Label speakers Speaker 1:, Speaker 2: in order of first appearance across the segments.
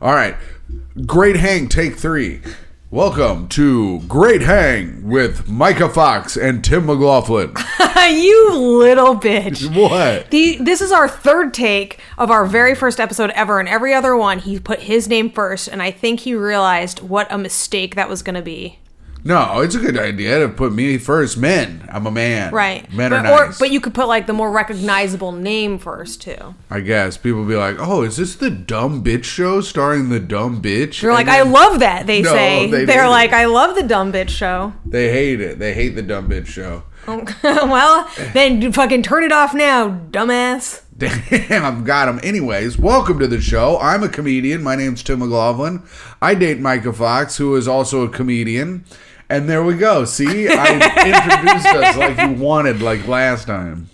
Speaker 1: All right. Great Hang, take three. Welcome to Great Hang with Micah Fox and Tim McLaughlin.
Speaker 2: you little bitch.
Speaker 1: What?
Speaker 2: The, this is our third take of our very first episode ever, and every other one he put his name first, and I think he realized what a mistake that was going to be.
Speaker 1: No, it's a good idea to put me first. Men, I'm a man.
Speaker 2: Right.
Speaker 1: Men
Speaker 2: but,
Speaker 1: are nice.
Speaker 2: but you could put like the more recognizable name first too.
Speaker 1: I guess people be like, "Oh, is this the dumb bitch show starring the dumb bitch?"
Speaker 2: They're like, I love that. They
Speaker 1: No,
Speaker 2: say
Speaker 1: they
Speaker 2: they are
Speaker 1: didn't.
Speaker 2: like, I love the dumb bitch show.
Speaker 1: They hate it. They hate the dumb bitch show.
Speaker 2: well, then you fucking turn it off now, dumbass.
Speaker 1: Damn, I've got him. Anyways, welcome to the show. I'm a comedian. My name's Tim McLaughlin. I date Micah Fox, who is also a comedian. And there we go. See, I introduced us like you wanted, like last time.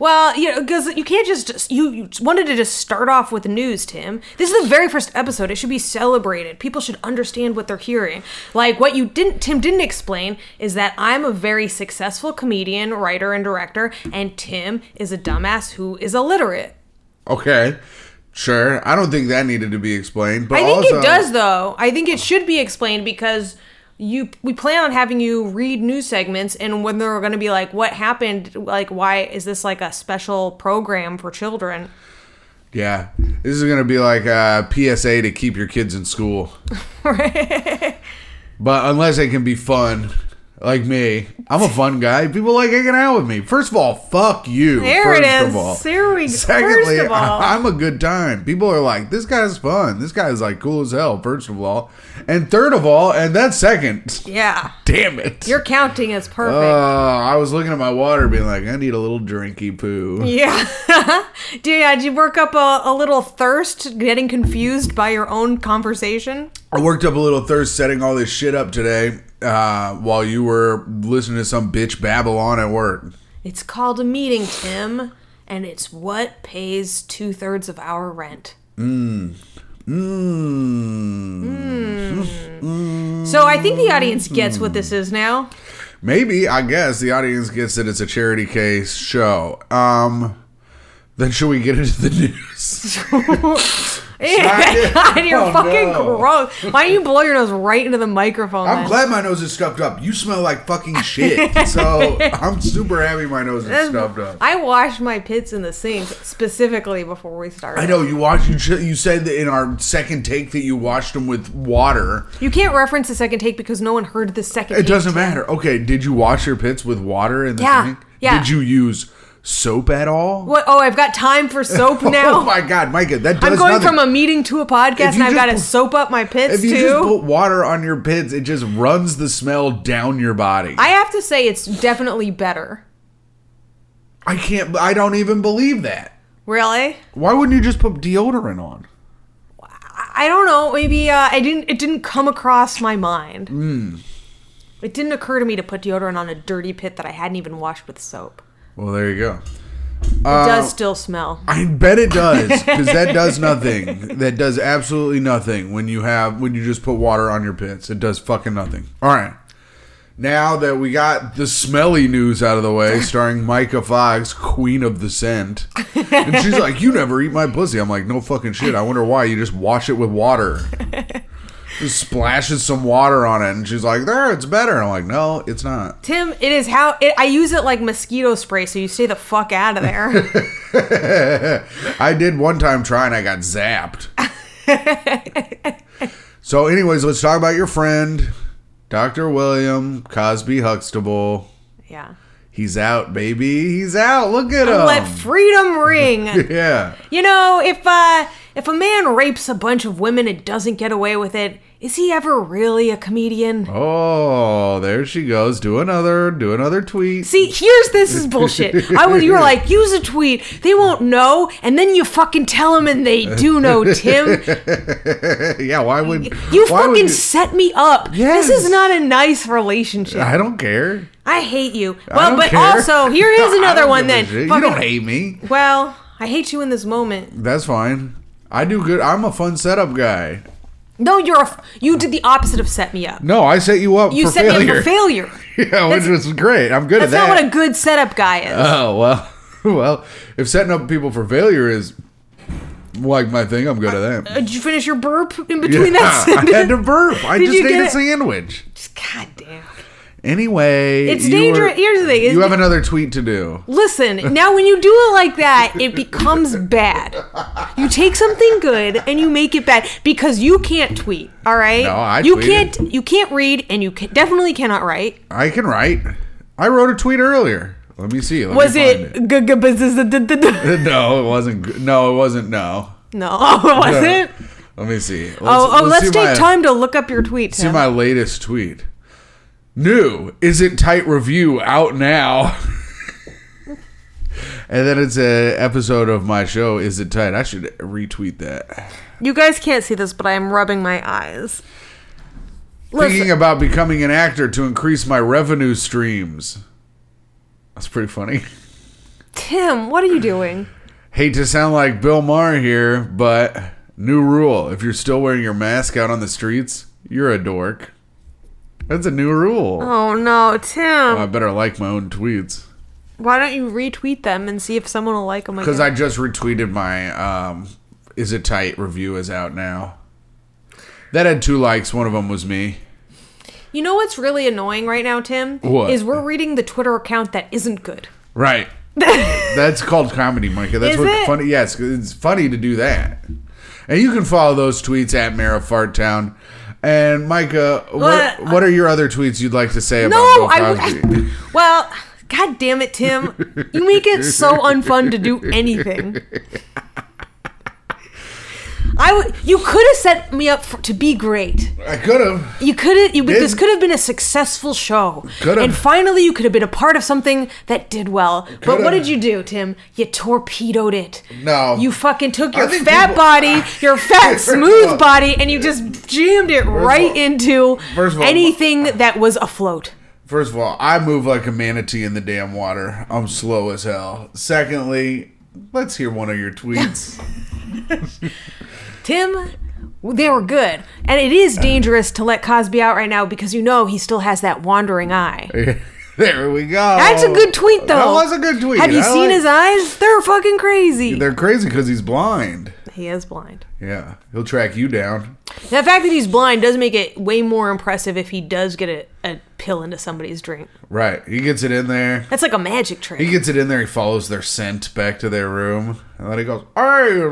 Speaker 2: Well, you know, because you can't just, just- you, you just wanted to just start off with news, Tim. This is the very first episode. It should be celebrated. People should understand what they're hearing. Like what you didn't, Tim didn't explain is that I'm a very successful comedian, writer, and director, and Tim is a dumbass who is illiterate.
Speaker 1: Okay, sure. I don't think that needed to be explained, but
Speaker 2: I think
Speaker 1: also,
Speaker 2: it does though. I think it should be explained because you we plan on having you read news segments and when they're going to be like what happened like why is this like a special program for children?
Speaker 1: Yeah, this is gonna be like a PSA to keep your kids in school. but unless they can be fun, like me, I'm a fun guy. People like hanging out with me. First of all, fuck you.
Speaker 2: There
Speaker 1: first
Speaker 2: it is.
Speaker 1: Of all.
Speaker 2: There we go.
Speaker 1: Secondly,
Speaker 2: First of all.
Speaker 1: I- I'm a good time. People are like, this guy's fun. This guy's like cool as hell. First of all, and third of all, and that's second.
Speaker 2: Yeah.
Speaker 1: Damn it.
Speaker 2: Your counting is perfect.
Speaker 1: uh, I was looking at my water, being like, I need a little drinky poo.
Speaker 2: yeah. Do yeah, did you work up a, a little thirst getting confused by your own conversation?
Speaker 1: I worked up a little thirst setting all this shit up today uh, while you were listening to some bitch babble on at work.
Speaker 2: It's called a meeting, Tim, and it's what pays two thirds of our rent.
Speaker 1: Mm.
Speaker 2: Hmm. So I think the audience gets what this is now.
Speaker 1: Maybe, I guess, the audience gets that it's a charity case show. Um, then should we get into the news? Smack
Speaker 2: God,
Speaker 1: it.
Speaker 2: you're
Speaker 1: Oh,
Speaker 2: fucking
Speaker 1: no.
Speaker 2: gross. Why don't you blow your nose right into the microphone?
Speaker 1: I'm
Speaker 2: then?
Speaker 1: glad my nose is stuffed up. You smell like fucking shit. So I'm super happy my nose is stuffed up.
Speaker 2: I washed my pits in the sink specifically before we started.
Speaker 1: I know you watched. You, sh- you said that in our second take that you washed them with water.
Speaker 2: You can't reference the second take because no one heard the second
Speaker 1: It
Speaker 2: take.
Speaker 1: doesn't matter. Okay, did you wash your pits with water in the
Speaker 2: Yeah,
Speaker 1: sink?
Speaker 2: yeah.
Speaker 1: Did you use soap at all?
Speaker 2: What? Oh, I've got time for soap now.
Speaker 1: Oh my god, Micah, that does
Speaker 2: I'm going
Speaker 1: nothing.
Speaker 2: from a meeting to a podcast,
Speaker 1: If you
Speaker 2: and I've
Speaker 1: just
Speaker 2: got to
Speaker 1: put-
Speaker 2: soap up my pits
Speaker 1: if you
Speaker 2: too.
Speaker 1: just put water on your pits, it just runs the smell down your body.
Speaker 2: I have to say, it's definitely better.
Speaker 1: I can't. I don't even believe that.
Speaker 2: Really?
Speaker 1: Why wouldn't you just put deodorant on?
Speaker 2: I don't know. Maybe uh, I didn't. It didn't come across my mind.
Speaker 1: Hmm.
Speaker 2: It didn't occur to me to put deodorant on a dirty pit that I hadn't even washed with soap.
Speaker 1: Well, there you go.
Speaker 2: It
Speaker 1: Oh.
Speaker 2: does still smell.
Speaker 1: I bet it does because that does nothing. That does absolutely nothing when you have when you just put water on your pits. It does fucking nothing. All right. Now that we got the smelly news out of the way, starring Micah Fox, Queen of the Scent, and she's like, "You never eat my pussy." I'm like, "No fucking shit." I wonder why you just wash it with water. Just splashes some water on it, and she's like, "There, it's better." And I'm like, "No, it's not."
Speaker 2: Tim, it is how it, I use it like mosquito spray, so you stay the fuck out of there.
Speaker 1: I did one time try and I got zapped. so, anyways, let's talk about your friend, Dr. William Cosby Huxtable.
Speaker 2: yeah.
Speaker 1: He's out, baby. He's out. Look at him.
Speaker 2: Let freedom ring.
Speaker 1: yeah.
Speaker 2: you know, if uh, if a man rapes a bunch of women and doesn't get away with it, is he ever really a comedian?
Speaker 1: Oh, there she goes. Do another. Do another tweet.
Speaker 2: See, here's this is bullshit. I was you were like, use a tweet. They won't know, and then you fucking tell them, and they do know. Tim,
Speaker 1: yeah. Why would
Speaker 2: you
Speaker 1: why would
Speaker 2: fucking set me up. This
Speaker 1: Yes.
Speaker 2: is not a nice relationship.
Speaker 1: I don't care.
Speaker 2: I hate you.
Speaker 1: I
Speaker 2: Well,
Speaker 1: don't
Speaker 2: but
Speaker 1: care.
Speaker 2: also here
Speaker 1: I
Speaker 2: is
Speaker 1: don't
Speaker 2: another
Speaker 1: give
Speaker 2: one.
Speaker 1: a
Speaker 2: Then
Speaker 1: shit. you
Speaker 2: Fucking-
Speaker 1: don't hate me.
Speaker 2: Well, I hate you in this moment.
Speaker 1: That's fine. I do good. I'm a fun setup guy.
Speaker 2: No, you're a f- you did the opposite of set me up.
Speaker 1: No, I set you up.
Speaker 2: You
Speaker 1: for
Speaker 2: set
Speaker 1: failure.
Speaker 2: me up for failure.
Speaker 1: Yeah, which was great. I'm good
Speaker 2: That's
Speaker 1: at that.
Speaker 2: not what a good setup guy is.
Speaker 1: oh well, well, if setting up people for failure is like my thing. I'm good at that.
Speaker 2: Uh, Did you finish your burp in between that
Speaker 1: Yeah,
Speaker 2: sentence?
Speaker 1: I had to burp. I
Speaker 2: Did
Speaker 1: just
Speaker 2: you
Speaker 1: ate
Speaker 2: get
Speaker 1: a
Speaker 2: it?
Speaker 1: sandwich.
Speaker 2: God damn.
Speaker 1: Anyway,
Speaker 2: It's
Speaker 1: you
Speaker 2: dangerous-
Speaker 1: were-
Speaker 2: here's the thing, it's-
Speaker 1: You have another tweet to do.
Speaker 2: Listen, now when you do it like that, it becomes bad. You take something good and you make it bad because you can't tweet, all right?
Speaker 1: No, I
Speaker 2: You
Speaker 1: tweeted.
Speaker 2: can't you can't read and you can, definitely cannot write.
Speaker 1: I can write. I wrote a tweet earlier. Let me see. Let
Speaker 2: Was
Speaker 1: me find
Speaker 2: it g- g- buzz- z- d- d- d-
Speaker 1: No, it wasn't. g- No, it wasn't. No.
Speaker 2: No, oh, it wasn't.
Speaker 1: Let me see. Let's,
Speaker 2: Oh, oh, let's
Speaker 1: see
Speaker 2: take
Speaker 1: my-
Speaker 2: time to look up your tweet.
Speaker 1: See
Speaker 2: Tim.
Speaker 1: my latest tweet. New isn't tight review out now. and then it's a episode of my show. Is it tight? I should retweet that.
Speaker 2: You guys can't see this, but I am rubbing my eyes.
Speaker 1: Thinking about becoming an actor to increase my revenue streams. That's pretty funny.
Speaker 2: Tim, what are you doing?
Speaker 1: Hate to sound like Bill Maher here, but new rule: if you're still wearing your mask out on the streets, you're a dork. That's a new rule.
Speaker 2: Oh no, Tim.
Speaker 1: I better like my own tweets.
Speaker 2: Why don't you retweet them and see if someone will like them again?
Speaker 1: Because I just retweeted my um, "Is It Tight" review is out now. That had two likes. One of them was me.
Speaker 2: you know what's really annoying right now, Tim?
Speaker 1: What?
Speaker 2: Is we're reading the Twitter account that isn't good.
Speaker 1: Right. That's called comedy, Micah. That's
Speaker 2: Is
Speaker 1: what
Speaker 2: it?
Speaker 1: funny. Yes, it's funny to do that. And you can follow those tweets at Mara Farttown. And Micah, what
Speaker 2: Well,
Speaker 1: what are your other tweets you'd like to say about
Speaker 2: No,
Speaker 1: Bill
Speaker 2: I.
Speaker 1: Cosby?
Speaker 2: well, god damn it, Tim. You make it so unfun to do anything. I would. You could have set me up for, to be great.
Speaker 1: I, could have.
Speaker 2: You could have. You,
Speaker 1: Did.
Speaker 2: this could have been a successful show.
Speaker 1: Coulda.
Speaker 2: And finally, you could have been a part of something that did well. But
Speaker 1: Coulda.
Speaker 2: what did you do, Tim? You torpedoed it.
Speaker 1: No.
Speaker 2: You fucking took your
Speaker 1: think
Speaker 2: fat
Speaker 1: people-
Speaker 2: body, your fat
Speaker 1: First of all-
Speaker 2: smooth body, and you just jammed it right
Speaker 1: all-
Speaker 2: into
Speaker 1: first of all,
Speaker 2: anything that was afloat.
Speaker 1: First of all, I move like a manatee in the damn water. I'm slow as hell. Secondly, let's hear one of your tweets.
Speaker 2: Tim, they were good, and it is dangerous to let Cosby out right now because you know he still has that wandering eye.
Speaker 1: there we go.
Speaker 2: That's a good tweet, though.
Speaker 1: That was a good tweet.
Speaker 2: Have you
Speaker 1: I
Speaker 2: seen
Speaker 1: like-
Speaker 2: his uh, eyes? They're fucking crazy.
Speaker 1: They're crazy because he's blind.
Speaker 2: he is blind.
Speaker 1: Yeah, he'll track you down.
Speaker 2: The fact that he's blind does make it way more impressive if he does get a, a pill into somebody's drink.
Speaker 1: Right, he gets it in there.
Speaker 2: That's like a magic trick.
Speaker 1: He gets it in there. He follows their scent back to their room, and then he goes, "Hey,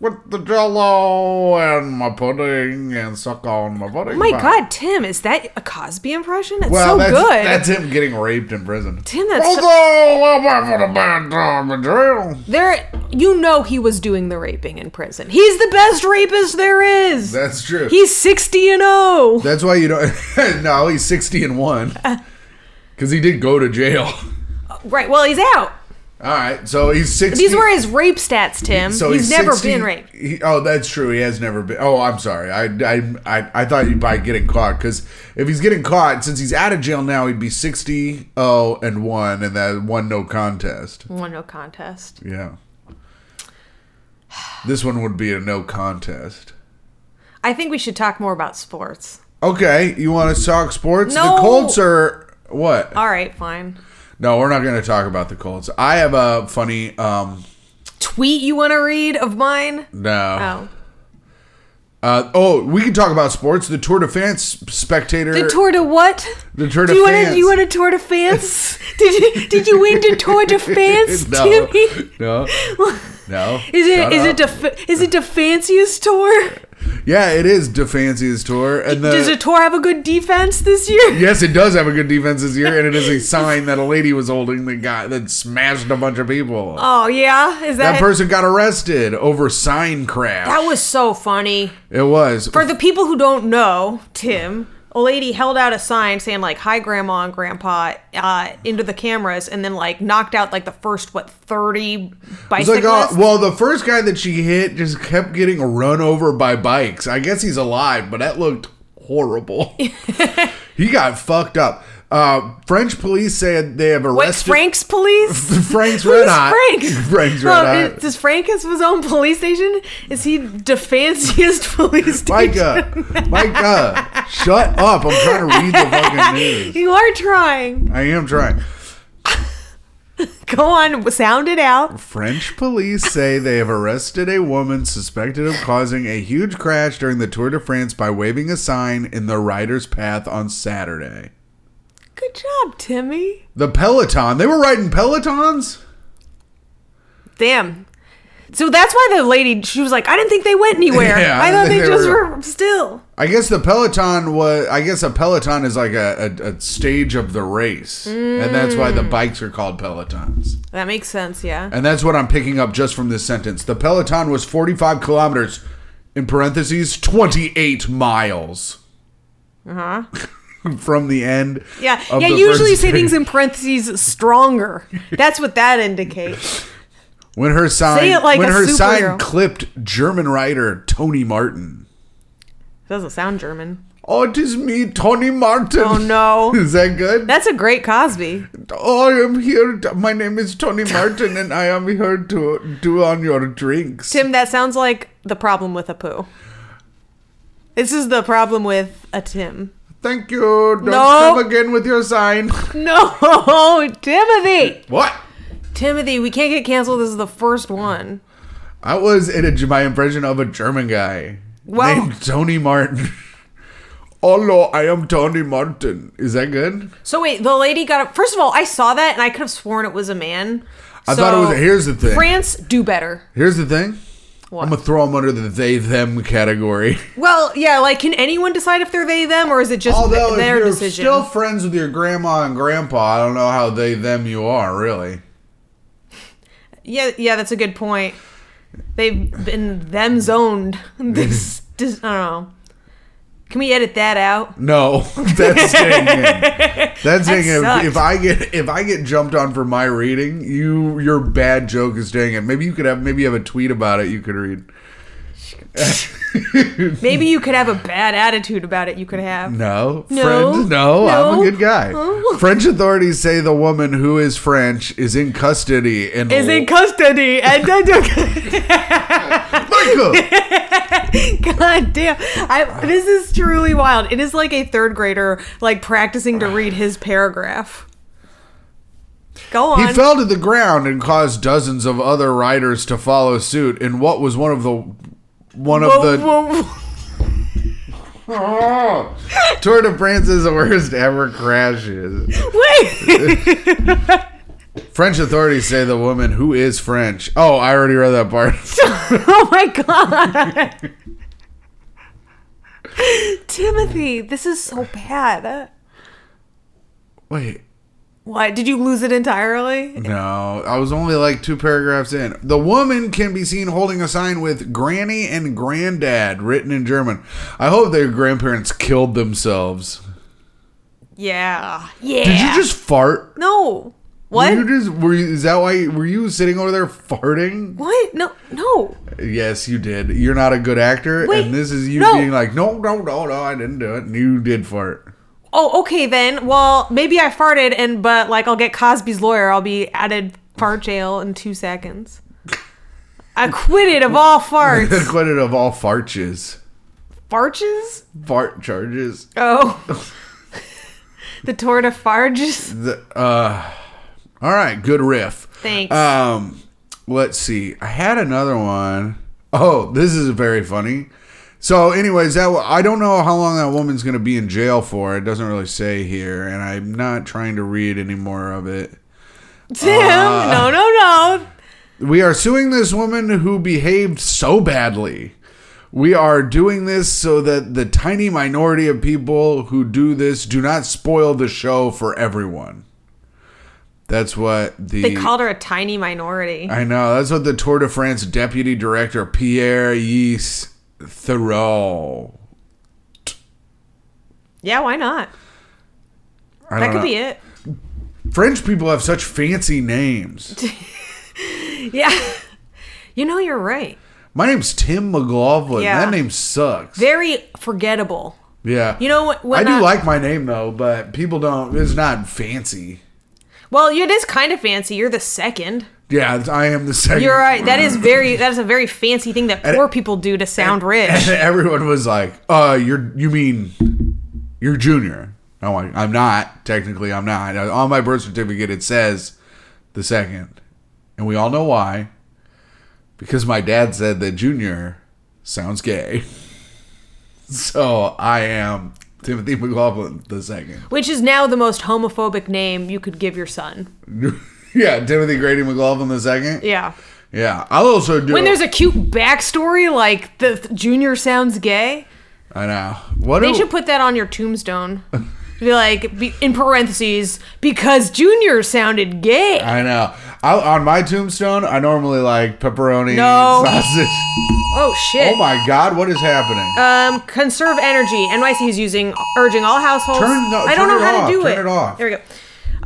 Speaker 1: with the Jello and my pudding, and suck on my pudding."
Speaker 2: oh my
Speaker 1: pie."
Speaker 2: god, Tim, is that a Cosby impression? That's
Speaker 1: Well,
Speaker 2: so
Speaker 1: that's,
Speaker 2: good.
Speaker 1: That's him getting raped in prison.
Speaker 2: Tim, that's so-
Speaker 1: Although I'm having a bad time in jail.
Speaker 2: there you know he was doing the raping in prison. He's the best rapist there is.
Speaker 1: That's true.
Speaker 2: He's 60 and oh. 0.
Speaker 1: That's why you don't. no, he's sixty and one.
Speaker 2: Uh.
Speaker 1: Because he did go to jail.
Speaker 2: Right. Well, he's out.
Speaker 1: All right, so he's sixty.
Speaker 2: These were his rape stats, Tim.
Speaker 1: so
Speaker 2: he's, never
Speaker 1: 60
Speaker 2: been raped.
Speaker 1: he- oh, that's true. He has never been. Oh, I'm sorry. I I I, I thought you by getting caught because if he's getting caught, since he's out of jail now, he'd be sixty. Oh, and one, and that one no contest.
Speaker 2: Won no contest.
Speaker 1: Yeah. This one would be a no contest.
Speaker 2: I think we should talk more about sports.
Speaker 1: Okay, you want to talk sports?
Speaker 2: No.
Speaker 1: The Colts are what?
Speaker 2: All right, fine.
Speaker 1: No, we're not going to talk about the Colts. I have a funny. um
Speaker 2: Tweet you want to read of mine?
Speaker 1: No.
Speaker 2: Oh.
Speaker 1: Oh, uh, oh we can talk about sports. The Tour de France spectator.
Speaker 2: The tour de what?
Speaker 1: The Tour de
Speaker 2: do you want
Speaker 1: France.
Speaker 2: to? You want a tour de France? did you did you win the tour de France,
Speaker 1: no,
Speaker 2: Timmy?
Speaker 1: no, no.
Speaker 2: Is
Speaker 1: Shut
Speaker 2: it is
Speaker 1: up.
Speaker 2: it def- is it the fanciest tour?
Speaker 1: yeah, it is DeFanci's tour, and the,
Speaker 2: Does the tour have a good defense this year?
Speaker 1: yes, it does have a good defense this year, and it is a sign that a lady was holding the guy that smashed a bunch of people.
Speaker 2: Oh yeah, is that
Speaker 1: that person got arrested over sign craft.
Speaker 2: that was so funny.
Speaker 1: it was
Speaker 2: For the people who don't know, Tim, a lady held out a sign saying like "Hi, Grandma and Grandpa" uh, into the cameras, and then like knocked out like the first what thirty
Speaker 1: It's like,
Speaker 2: bicyclists.
Speaker 1: uh, well, the first guy that she hit just kept getting run over by bikes. I guess he's alive, but that looked horrible. he got fucked up. Uh, French police said they have
Speaker 2: Wait,
Speaker 1: arrested
Speaker 2: Frank's police?
Speaker 1: Frank's
Speaker 2: Who's
Speaker 1: Red Hot.
Speaker 2: Frank?
Speaker 1: Frank's
Speaker 2: Well,
Speaker 1: Red
Speaker 2: is-
Speaker 1: Hot.
Speaker 2: Does Frank have his own police station? Is he the fanciest police station?
Speaker 1: Micah, Micah, shut up! I'm trying to read the fucking news.
Speaker 2: You are trying.
Speaker 1: I am trying.
Speaker 2: Go on, sound it out.
Speaker 1: French police say they have arrested a woman suspected of causing a huge crash during the Tour de France by waving a sign in the rider's path on Saturday.
Speaker 2: Good job, Timmy.
Speaker 1: The Peloton. They were riding Pelotons?
Speaker 2: Damn. So that's why the lady, she was like, I didn't think they went anywhere.
Speaker 1: Yeah,
Speaker 2: I thought they, just
Speaker 1: were-
Speaker 2: were still.
Speaker 1: I guess the Peloton was. I guess a Peloton is like a, a, a stage of the race. And that's why
Speaker 2: Mm.
Speaker 1: the bikes are called Pelotons.
Speaker 2: That makes sense, yeah.
Speaker 1: And that's what I'm picking up just from this sentence. The Peloton was 45 kilometers, in parentheses, 28 miles. Uh huh. from the end.
Speaker 2: Uh-huh. Yeah,
Speaker 1: of
Speaker 2: yeah.
Speaker 1: the
Speaker 2: Usually you
Speaker 1: first
Speaker 2: say things
Speaker 1: page.
Speaker 2: in parentheses stronger. That's what that indicates.
Speaker 1: When her sign,
Speaker 2: Say it like
Speaker 1: when
Speaker 2: a
Speaker 1: her sign
Speaker 2: superhero.
Speaker 1: clipped German writer Tony Martin.
Speaker 2: Doesn't sound German.
Speaker 1: Oh, it is me, Tony Martin.
Speaker 2: Oh, no.
Speaker 1: is that good?
Speaker 2: That's a great Cosby.
Speaker 1: Oh, I am here. t- My name is Tony Martin, and I am here to do on your drinks.
Speaker 2: Tim, that sounds like the problem with a poo. This is the problem with a Tim.
Speaker 1: Thank you. Don't
Speaker 2: No.
Speaker 1: come again with your sign.
Speaker 2: No, Timothy.
Speaker 1: What?
Speaker 2: Timothy, we can't get canceled. This is the first one.
Speaker 1: I was in a, my impression of a German guy
Speaker 2: Wow.
Speaker 1: named Tony Martin. Hello, I am Tony Martin. Is that good?
Speaker 2: So wait, the lady got up. First of all, I saw that and I could have sworn it was a man.
Speaker 1: I thought it was a- here's the thing.
Speaker 2: France, do better.
Speaker 1: Here's the thing.
Speaker 2: What?
Speaker 1: I'm gonna throw them under the they them category.
Speaker 2: well, yeah. Like, can anyone decide if they're they them or is it just
Speaker 1: Although, if
Speaker 2: their
Speaker 1: you're
Speaker 2: decision?
Speaker 1: still friends with your grandma and grandpa, I don't know how they them you are really.
Speaker 2: Yeah, yeah, that's a good point. They've been them zoned. This, this I don't know. Can we edit that out?
Speaker 1: No, that's staying in. That's staying in.
Speaker 2: sucked.
Speaker 1: If I get if I get jumped on for my reading, you your bad joke is staying in. Maybe you could have maybe you have a tweet about it. You could read.
Speaker 2: Maybe you could have a bad attitude about it. You could have.
Speaker 1: No,
Speaker 2: No.
Speaker 1: friend. No, I'm a
Speaker 2: No. Oh.
Speaker 1: good guy. French authorities say the woman who is French is in custody and
Speaker 2: Is in custody and then
Speaker 1: Michael.
Speaker 2: God damn! I, this is truly wild. It is like a third grader like practicing to read his paragraph. Go on.
Speaker 1: He fell to the ground and caused dozens of other riders to follow suit in what was one of the one of
Speaker 2: Whoa,
Speaker 1: the
Speaker 2: whoa, whoa.
Speaker 1: Tour de France's worst ever crashes.
Speaker 2: Wait.
Speaker 1: French authorities say the woman who is French. Oh, I already read that part.
Speaker 2: oh my god. Timothy, this is so bad.
Speaker 1: Wait.
Speaker 2: What? Did you lose it entirely?
Speaker 1: No, I was only like two paragraphs in. The woman can be seen holding a sign with Granny and Granddad written in German. I hope their grandparents killed themselves.
Speaker 2: Yeah. Yeah.
Speaker 1: Did you just fart?
Speaker 2: No.
Speaker 1: Were
Speaker 2: What?
Speaker 1: you just were you, is that why were you sitting over there farting?
Speaker 2: what? No. No.
Speaker 1: Yes, you did. You're not a good actor,
Speaker 2: Wait,
Speaker 1: and this is you
Speaker 2: no.
Speaker 1: being like, no, no, no, no, I didn't do it. And you did fart.
Speaker 2: Oh, okay then. Well, maybe I farted and but like I'll get Cosby's lawyer. I'll be added fart jail in 2 seconds. Acquitted of all farts.
Speaker 1: Acquitted of all farches,
Speaker 2: Farches?
Speaker 1: fart charges.
Speaker 2: Oh. the tour de farges.
Speaker 1: The, uh, all right, good riff.
Speaker 2: Thanks.
Speaker 1: Um, let's see. I had another one. Oh, this is very funny. So, anyways, that I don't know how long that woman's gonna be in jail for. It doesn't really say here, and I'm not trying to read any more of it.
Speaker 2: Tim,
Speaker 1: uh,
Speaker 2: no, no, no.
Speaker 1: We are suing this woman who behaved so badly. We are doing this so that the tiny minority of people who do this do not spoil the show for everyone. That's what the
Speaker 2: They called her a tiny minority.
Speaker 1: I know. That's what the Tour de France deputy director Pierre Yves Thoreau.
Speaker 2: Yeah, why not?
Speaker 1: I
Speaker 2: That
Speaker 1: don't
Speaker 2: could
Speaker 1: know.
Speaker 2: be it.
Speaker 1: French people have such fancy names.
Speaker 2: Yeah. You know, you're right.
Speaker 1: My name's Tim McLaughlin.
Speaker 2: Yeah.
Speaker 1: That name sucks.
Speaker 2: Very forgettable.
Speaker 1: yeah.
Speaker 2: You know what? when
Speaker 1: I do
Speaker 2: I-
Speaker 1: like my name though, but people don't. It's not fancy.
Speaker 2: Well, it is kind of fancy. You're the second.
Speaker 1: Yeah, it's- I am the second.
Speaker 2: You're right. That is very. That is a very fancy thing that
Speaker 1: And-
Speaker 2: poor people do to sound
Speaker 1: And
Speaker 2: rich.
Speaker 1: everyone was like, "Uh, you're you mean you're junior?" No, I, I'm not. Technically, I'm not. On my birth certificate, it says the second, and we all know why. Because my dad said that Junior sounds gay, so I am Timothy McLaughlin the second.
Speaker 2: Which is now the most homophobic name you could give your son.
Speaker 1: yeah, Timothy Grady McLaughlin the second.
Speaker 2: Yeah.
Speaker 1: Yeah, I'll also do.
Speaker 2: When there's a cute backstory like the th- junior sounds gay,
Speaker 1: I know. What
Speaker 2: they
Speaker 1: do-
Speaker 2: should put that on your tombstone. Be like be, in parentheses because junior sounded gay.
Speaker 1: I know. I, on my tombstone, I normally like pepperoni,
Speaker 2: No.
Speaker 1: sausage.
Speaker 2: Oh shit.
Speaker 1: Oh my god, what is happening?
Speaker 2: Um, conserve energy. NYC is using urging all households.
Speaker 1: Turn the-
Speaker 2: I
Speaker 1: turn
Speaker 2: don't know
Speaker 1: it
Speaker 2: how
Speaker 1: off,
Speaker 2: to do
Speaker 1: turn
Speaker 2: it.
Speaker 1: it off.
Speaker 2: There we go.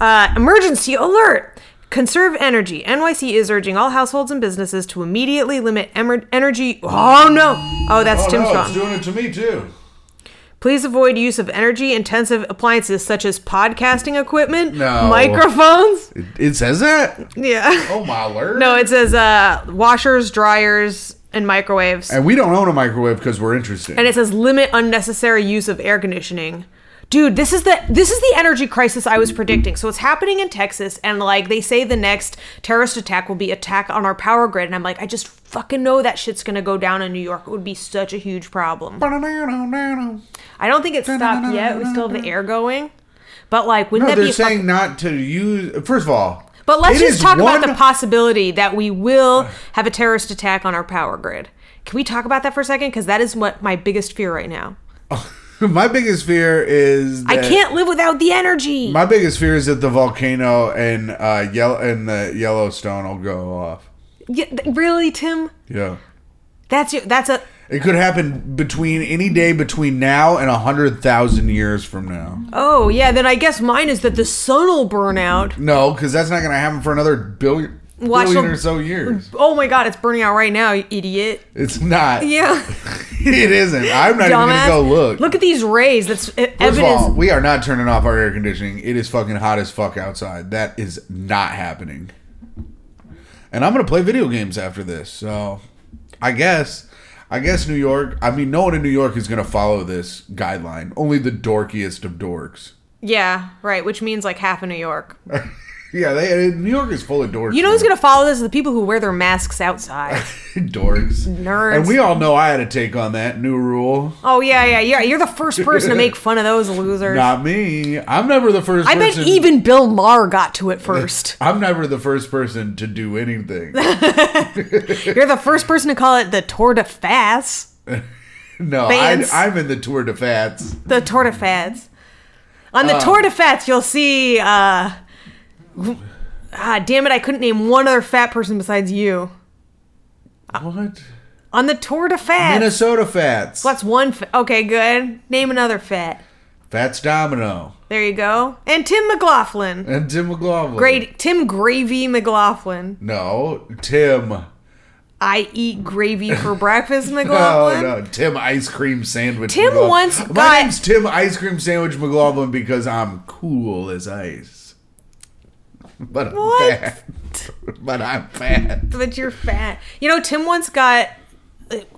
Speaker 2: Uh, emergency alert. Conserve energy. NYC is urging all households and businesses to immediately limit emer- energy. Oh no! Oh, that's
Speaker 1: oh
Speaker 2: Tim's
Speaker 1: no,
Speaker 2: phone.
Speaker 1: it's doing it to me too.
Speaker 2: Please avoid use of energy-intensive appliances such as podcasting equipment,
Speaker 1: No.
Speaker 2: microphones.
Speaker 1: It, it says that?
Speaker 2: Yeah.
Speaker 1: Oh my lord.
Speaker 2: No, it says uh, washers, dryers, and microwaves.
Speaker 1: And we don't own a microwave because we're interested.
Speaker 2: and it says limit unnecessary use of air conditioning. Dude, this is the this is the energy crisis I was predicting. So it's happening in Texas, and like they say, the next terrorist attack will be attack on our power grid, and I'm like, I just fucking know that shit's gonna go down in New York. It would be such a huge problem. I don't think it's stopped yet. We still have the air going, but like, wouldn't
Speaker 1: no,
Speaker 2: that be
Speaker 1: they're
Speaker 2: a
Speaker 1: saying
Speaker 2: fucking-
Speaker 1: not to use. First of all,
Speaker 2: But let's
Speaker 1: it
Speaker 2: just
Speaker 1: is
Speaker 2: talk about
Speaker 1: one-
Speaker 2: the possibility that we will have a terrorist attack on our power grid. Can we talk about that for a second? Because that is what my biggest fear right now.
Speaker 1: my biggest fear is
Speaker 2: I
Speaker 1: that
Speaker 2: can't live without the energy.
Speaker 1: My biggest fear is that the volcano and uh, yellow and the Yellowstone will go off.
Speaker 2: Yeah, th- really, Tim?
Speaker 1: Yeah.
Speaker 2: That's your, that's a
Speaker 1: It could happen between any day between now and a hundred thousand years from now.
Speaker 2: oh yeah. Then I guess mine is that the sun will burn out.
Speaker 1: No, because that's not going to happen for another billion,
Speaker 2: Watch
Speaker 1: billion
Speaker 2: the-
Speaker 1: or so years.
Speaker 2: Oh my god, it's burning out right now, you idiot.
Speaker 1: It's not.
Speaker 2: Yeah,
Speaker 1: It isn't. I'm not even going
Speaker 2: dumbass.
Speaker 1: to go look.
Speaker 2: Look at these rays. That's e-
Speaker 1: First of
Speaker 2: evidence.
Speaker 1: all, we are not turning off our air conditioning. It is fucking hot as fuck outside. That is not happening. And I'm going to play video games after this. So I guess. I guess New York. I mean, no one in New York is going to follow this guideline. Only the dorkiest of dorks.
Speaker 2: yeah, right. Which means like half of New York.
Speaker 1: Yeah, they, uh, New York is full of dorks.
Speaker 2: You know who's
Speaker 1: man.
Speaker 2: gonna follow this? The people who wear their masks outside.
Speaker 1: dorks,
Speaker 2: Nerds.
Speaker 1: and we all know I had a take on that new rule.
Speaker 2: Oh yeah, yeah, yeah. You're the first person to make fun of those losers.
Speaker 1: Not me. I'm never the first.
Speaker 2: I bet
Speaker 1: person,
Speaker 2: even Bill Maher got to it first.
Speaker 1: I'm never the first person to do anything.
Speaker 2: You're the first person to call it the tour de face.
Speaker 1: No, I,
Speaker 2: Fans.
Speaker 1: I'm in the tour de fats.
Speaker 2: the Tour de Fads. On the Tour de Fads, you'll see. Uh, ah, damn it! I couldn't name one other fat person besides you.
Speaker 1: What?
Speaker 2: On the Tour de Fads,
Speaker 1: Minnesota fats.
Speaker 2: that's one. Fa- okay, good. Name another fat.
Speaker 1: Fats Domino
Speaker 2: There you go. And Tim McLaughlin.
Speaker 1: and Tim McLaughlin.
Speaker 2: Great. Tim Gravy McLaughlin.
Speaker 1: No, Tim. No,
Speaker 2: I eat gravy for breakfast, McLaughlin.
Speaker 1: no, Tim Ice Cream Sandwich.
Speaker 2: Tim
Speaker 1: McLaughlin.
Speaker 2: once
Speaker 1: My
Speaker 2: got-
Speaker 1: name's Tim Ice Cream Sandwich McLaughlin because I'm cool as ice. But I'm
Speaker 2: What?
Speaker 1: fat. But I'm fat.
Speaker 2: But you're fat. You know, Tim once got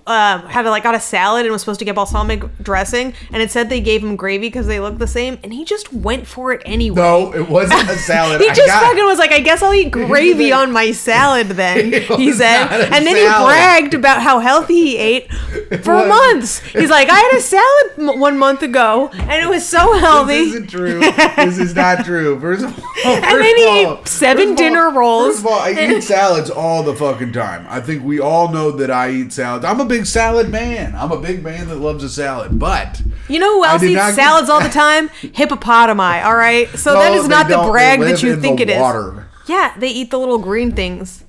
Speaker 2: um, had like got a salad and was supposed to get balsamic dressing, and it said they gave him gravy because they looked the same, and he just went for it anyway.
Speaker 1: No, it wasn't a salad.
Speaker 2: He
Speaker 1: I
Speaker 2: just
Speaker 1: got-
Speaker 2: fucking was like, I guess I'll eat gravy on my salad then,
Speaker 1: It
Speaker 2: he
Speaker 1: was
Speaker 2: said.
Speaker 1: not a
Speaker 2: And then he
Speaker 1: salad.
Speaker 2: bragged about how healthy he ate for
Speaker 1: was-
Speaker 2: months. He's like, I had a salad m- one month ago and it was so
Speaker 1: This
Speaker 2: healthy.
Speaker 1: isn't true. this is not true. First of all, first
Speaker 2: then he
Speaker 1: of all-
Speaker 2: ate seven
Speaker 1: first of all-
Speaker 2: dinner rolls.
Speaker 1: First of all, I eat salads all the fucking time. I think we all know that I eat salads. I'm a big salad man. I'm a big man that loves a salad. But
Speaker 2: You know who
Speaker 1: I
Speaker 2: else
Speaker 1: did
Speaker 2: eats
Speaker 1: not-
Speaker 2: salads all the time? Hippopotami, all right? So that
Speaker 1: No,
Speaker 2: is
Speaker 1: Oh, they
Speaker 2: not the
Speaker 1: don't. They
Speaker 2: brag that
Speaker 1: live
Speaker 2: you
Speaker 1: in
Speaker 2: think
Speaker 1: the
Speaker 2: it is.
Speaker 1: water.
Speaker 2: Yeah, they eat the little green things.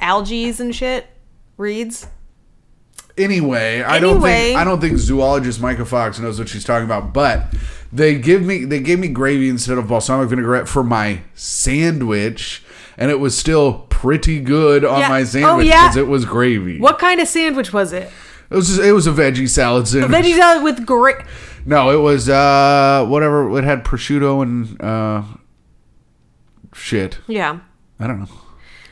Speaker 2: Algaes and shit. Reeds.
Speaker 1: Anyway, I don't
Speaker 2: Anyway.
Speaker 1: think I don't think zoologist Micah Fox knows what she's talking about. But they give me they gave me gravy instead of balsamic vinaigrette for my sandwich, and it was still pretty good on
Speaker 2: Yeah. Oh,
Speaker 1: my sandwich
Speaker 2: yeah.
Speaker 1: because it was gravy.
Speaker 2: What kind of sandwich was it?
Speaker 1: It was just, it was a veggie salad
Speaker 2: A
Speaker 1: sandwich.
Speaker 2: veggie salad with gra-
Speaker 1: No, it was uh whatever. It had prosciutto and uh shit.
Speaker 2: Yeah.
Speaker 1: I don't know.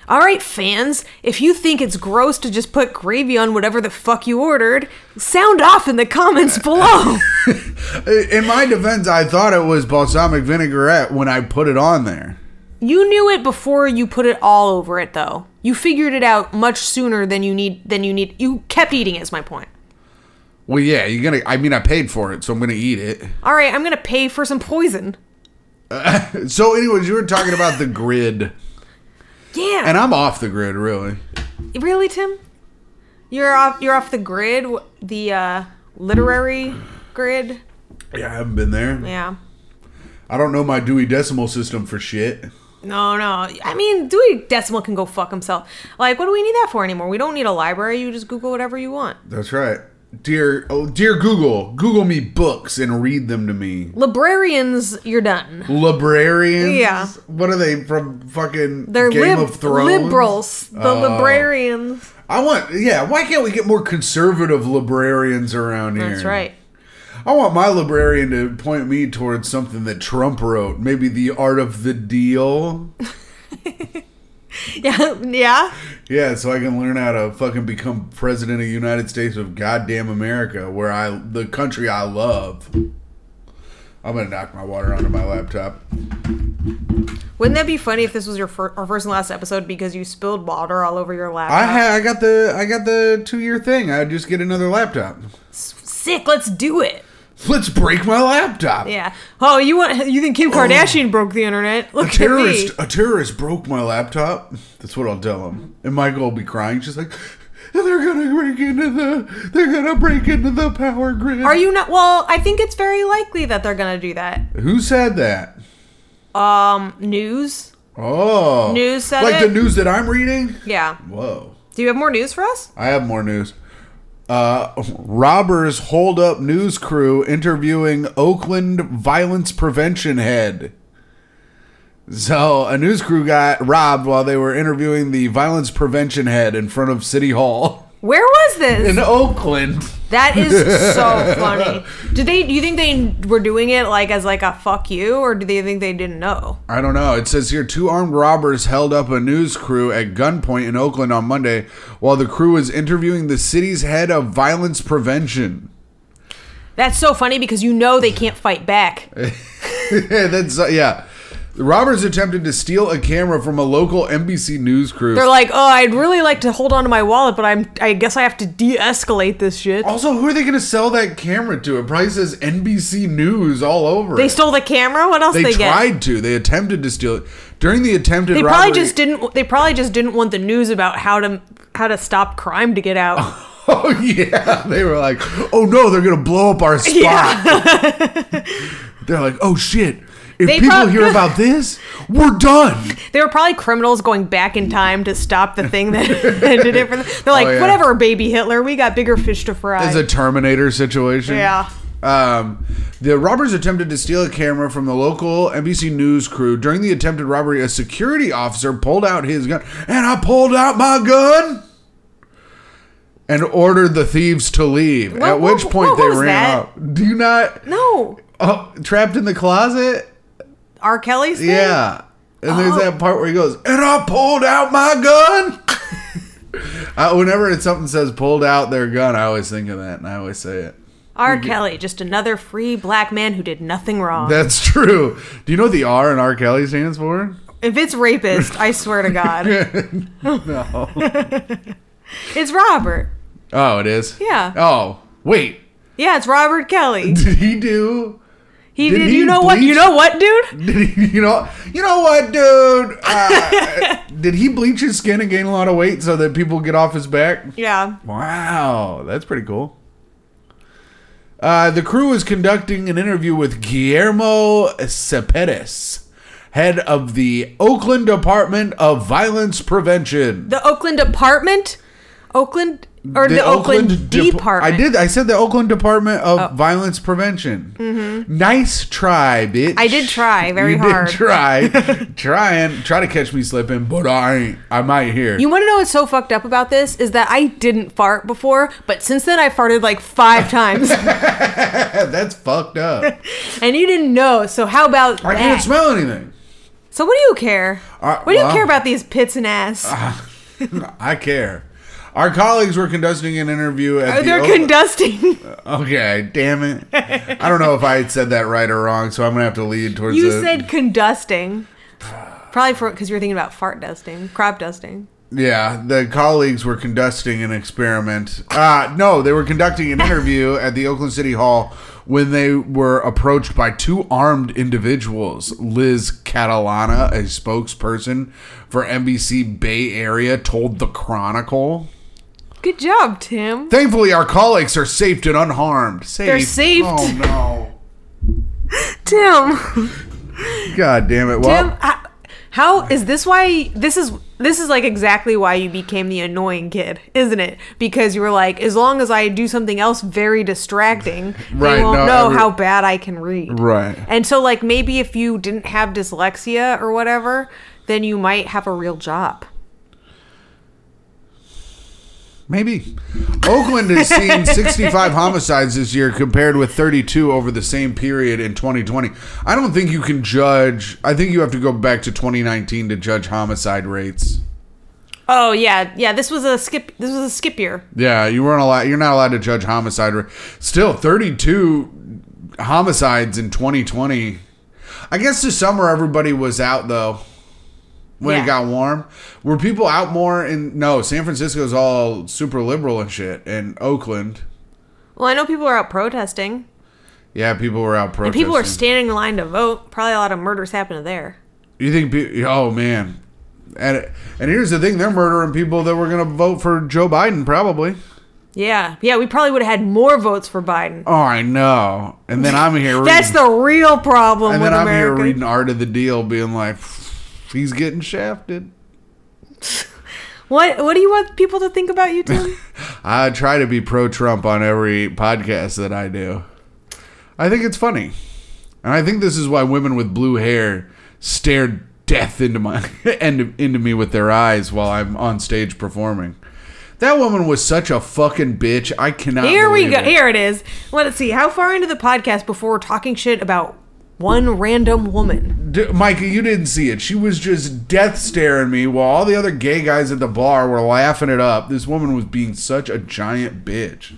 Speaker 2: All right, fans, if you think it's gross to just put gravy on whatever the fuck you ordered, sound off in the comments below.
Speaker 1: In my defense, I thought it was balsamic vinaigrette when I put it on there.
Speaker 2: You knew it before you put it all over it, though. You figured it out much sooner than you need. Than you need. You kept eating. Is my point.
Speaker 1: Well, yeah, you're gonna. I mean, I paid for it, so I'm gonna eat it.
Speaker 2: All right, I'm gonna pay for some poison.
Speaker 1: So, anyways, you were talking about the grid,
Speaker 2: Yeah.
Speaker 1: and I'm off the grid, really.
Speaker 2: Really, Tim? You're off. You're off the grid. w- The uh, literary grid.
Speaker 1: Yeah, I haven't been there.
Speaker 2: Yeah.
Speaker 1: I don't know my Dewey Decimal System for shit.
Speaker 2: No, no. I mean, Dewey Decimal can go fuck himself. Like, what do we need that for anymore? We don't need a library. You just Google whatever you want.
Speaker 1: That's right, dear. Oh, dear Google, Google me books and read them to me.
Speaker 2: Librarians, you're done.
Speaker 1: Librarians.
Speaker 2: Yeah.
Speaker 1: What are they from? Fucking
Speaker 2: They're
Speaker 1: Game
Speaker 2: lib-
Speaker 1: of Thrones. Oh.
Speaker 2: liberals. The librarians.
Speaker 1: I want. Yeah. Why can't we get more conservative librarians around here?
Speaker 2: That's right.
Speaker 1: I want my librarian to point me towards something that Trump wrote. Maybe the art of the deal.
Speaker 2: Yeah, yeah.
Speaker 1: Yeah, so I can learn how to fucking become president of the United States of goddamn America, where I the country I love. I'm gonna knock my water onto my laptop.
Speaker 2: Wouldn't that be funny if this was your fir- our first and last episode because you spilled water all over your laptop?
Speaker 1: I ha- I got the I got the two year thing. I just get another laptop.
Speaker 2: Sick. Let's do it.
Speaker 1: Let's break my laptop.
Speaker 2: Yeah. Oh, you want? You think Kim Kardashian broke the internet? Look at me.
Speaker 1: terrorist a terrorist broke my laptop that's what i'll tell him and michael will be crying she's like they're gonna break into the they're gonna break into the power grid
Speaker 2: Are you not? Well, I think it's very likely that they're gonna do that.
Speaker 1: who said that
Speaker 2: Um, news.
Speaker 1: oh
Speaker 2: News said
Speaker 1: like
Speaker 2: it?
Speaker 1: the news that i'm reading
Speaker 2: Yeah.
Speaker 1: whoa
Speaker 2: Do you have more news for us?
Speaker 1: i have more news uh, robbers hold up news crew interviewing Oakland violence prevention head. So, a news crew got robbed while they were interviewing the violence prevention head in front of City Hall.
Speaker 2: Where was this?
Speaker 1: in Oakland.
Speaker 2: That is so funny. Did they? Do you think they were doing it like as like a fuck you, or do they think they didn't know?
Speaker 1: I don't know. It says here two armed robbers held up a news crew at gunpoint in Oakland on Monday while the crew was interviewing the city's head of violence prevention.
Speaker 2: That's so funny because you know they can't fight back.
Speaker 1: That's uh, yeah. The robbers attempted to steal a camera from a local NBC news crew.
Speaker 2: They're like, oh, I'd really like to hold on to my wallet, but I'm. I guess I have to de-escalate this shit.
Speaker 1: also, who are they going to sell that camera to? It probably says NBC News all over
Speaker 2: They
Speaker 1: it.
Speaker 2: stole the camera. What else
Speaker 1: They,
Speaker 2: they, get?
Speaker 1: tried to. They attempted to steal it during the attempted.
Speaker 2: They
Speaker 1: robbery,
Speaker 2: probably just didn't. They probably just didn't want the news about how to how to stop crime to get out.
Speaker 1: Oh yeah, they were like, "Oh no, they're gonna blow up our spot." they're like, "Oh shit! If
Speaker 2: They
Speaker 1: people
Speaker 2: prob-
Speaker 1: hear about this, we're done."
Speaker 2: they were probably criminals going back in time to stop the thing that ended it for them. They're like,
Speaker 1: Oh, yeah.
Speaker 2: whatever, baby Hitler, we got bigger fish to fry.
Speaker 1: It's a Terminator situation.
Speaker 2: Yeah.
Speaker 1: Um, the robbers attempted to steal a camera from the local NBC News crew. During the attempted robbery, a security officer pulled out his gun, and I pulled out my gun and ordered the thieves to leave.
Speaker 2: What-
Speaker 1: At which
Speaker 2: what-
Speaker 1: point
Speaker 2: what
Speaker 1: they
Speaker 2: was
Speaker 1: ran
Speaker 2: that?
Speaker 1: out. Do you not?
Speaker 2: no,
Speaker 1: Oh, trapped in the closet.
Speaker 2: R. Kelly's thing.
Speaker 1: Yeah. And there's
Speaker 2: Oh.
Speaker 1: that part where he goes, and I pulled out my gun. I, whenever it's something says pulled out their gun, I always think of that and I always say it.
Speaker 2: R. Kelly, just another free black man who did nothing wrong.
Speaker 1: That's true. Do you know what the R in R. Kelly stands for?
Speaker 2: if it's rapist, I swear to God,
Speaker 1: No.
Speaker 2: it's Robert.
Speaker 1: oh, it is?
Speaker 2: Yeah.
Speaker 1: Oh, wait.
Speaker 2: Yeah, it's Robert Kelly.
Speaker 1: Did he do.
Speaker 2: He
Speaker 1: Did
Speaker 2: did.
Speaker 1: he
Speaker 2: you know what? You
Speaker 1: bleach?
Speaker 2: know what, dude?
Speaker 1: Did he, you know, you know what, dude? Uh, did he bleach his skin and gain a lot of weight so that people get off his back?
Speaker 2: Yeah.
Speaker 1: Wow, that's pretty cool. Uh, the crew is conducting an interview with Guillermo Cepedes, head of the Oakland Department of Violence Prevention.
Speaker 2: The Oakland apartment? Oakland or the, Oakland,
Speaker 1: Dep-
Speaker 2: department.
Speaker 1: I
Speaker 2: Oh.
Speaker 1: did. I said the Oakland Department of Violence Prevention. Mm-hmm. Nice try, bitch.
Speaker 2: I did try very
Speaker 1: you
Speaker 2: hard.
Speaker 1: Did try, trying, try to catch me slipping, but I ain't. I might here.
Speaker 2: You want to know what's so fucked up about this is that I didn't fart before, but since then I farted like 5 times
Speaker 1: that's fucked up.
Speaker 2: and you didn't know. So how about
Speaker 1: I
Speaker 2: that?
Speaker 1: can't smell anything.
Speaker 2: so what do you care?
Speaker 1: Uh,
Speaker 2: what do you
Speaker 1: well-
Speaker 2: care about these pits and ass?
Speaker 1: I care. Our colleagues were conducting an interview at the
Speaker 2: Oh, They're
Speaker 1: Oak-
Speaker 2: condusting.
Speaker 1: Okay, damn it. I don't know if I had said that right or wrong, so I'm gonna have to lead towards.
Speaker 2: you
Speaker 1: the-
Speaker 2: said condusting. Probably for because you were thinking about fart dusting, crop dusting.
Speaker 1: Yeah, the colleagues were conducting an experiment. Uh, no, they were conducting an interview at the Oakland City Hall when they were approached by two armed individuals. Liz Catalana, a spokesperson for NBC Bay Area, told the Chronicle.
Speaker 2: Good job, Tim.
Speaker 1: Thankfully, our colleagues are safe and unharmed. Safe.
Speaker 2: They're saved.
Speaker 1: Oh
Speaker 2: Tim.
Speaker 1: no! God damn it! Well,
Speaker 2: Tim, how, how is this why this is this is like exactly why you became the annoying kid, isn't it? Because you were like, as long as I do something else very distracting,
Speaker 1: Right,
Speaker 2: they won't
Speaker 1: no,
Speaker 2: know
Speaker 1: every-
Speaker 2: how bad I can read.
Speaker 1: Right.
Speaker 2: And so like maybe if you didn't have dyslexia or whatever, then you might have a real job.
Speaker 1: Maybe. Oakland has seen 65 homicides this year compared with 32 over the same period in 2020. I don't think you can judge. I think you have to go back to 2019 to judge homicide rates.
Speaker 2: Oh yeah, yeah. This was a skip. This was a skip year.
Speaker 1: Yeah, you weren't allowed. You're not allowed to judge homicide. ra- Still, 32 homicides in 2020. I guess this summer everybody was out though. When it
Speaker 2: Yeah.
Speaker 1: got warm, were people out more? And no, San Francisco's all super liberal and shit, and Oakland.
Speaker 2: Well, I know people are out protesting.
Speaker 1: Yeah, people were out protesting.
Speaker 2: People are standing in line to vote. Probably a lot of murders happened there.
Speaker 1: you think? Pe- oh man, and and here's the thing: they're murdering people that were going to vote for Joe Biden, probably.
Speaker 2: Yeah, yeah. We probably would have had more votes for Biden.
Speaker 1: Oh, I know. And then I'm here.
Speaker 2: That's
Speaker 1: reading-
Speaker 2: the real problem
Speaker 1: And
Speaker 2: with
Speaker 1: then I'm
Speaker 2: America.
Speaker 1: here reading Art of the Deal, being like, he's getting shafted.
Speaker 2: What What do you want people to think about you, Tim?
Speaker 1: I try to be pro Trump on every podcast that I do. I think it's funny. And I think this is why women with blue hair stared death into my and into me with their eyes while I'm on stage performing. That woman was such a fucking bitch. I cannot.
Speaker 2: here we
Speaker 1: believe
Speaker 2: go.
Speaker 1: it.
Speaker 2: Here it is. Let's see. How far into the podcast before we're talking shit about one random woman?
Speaker 1: D- Micah, you didn't see it. She was just death staring me while all the other gay guys at the bar were laughing it up. This woman was being such a giant bitch.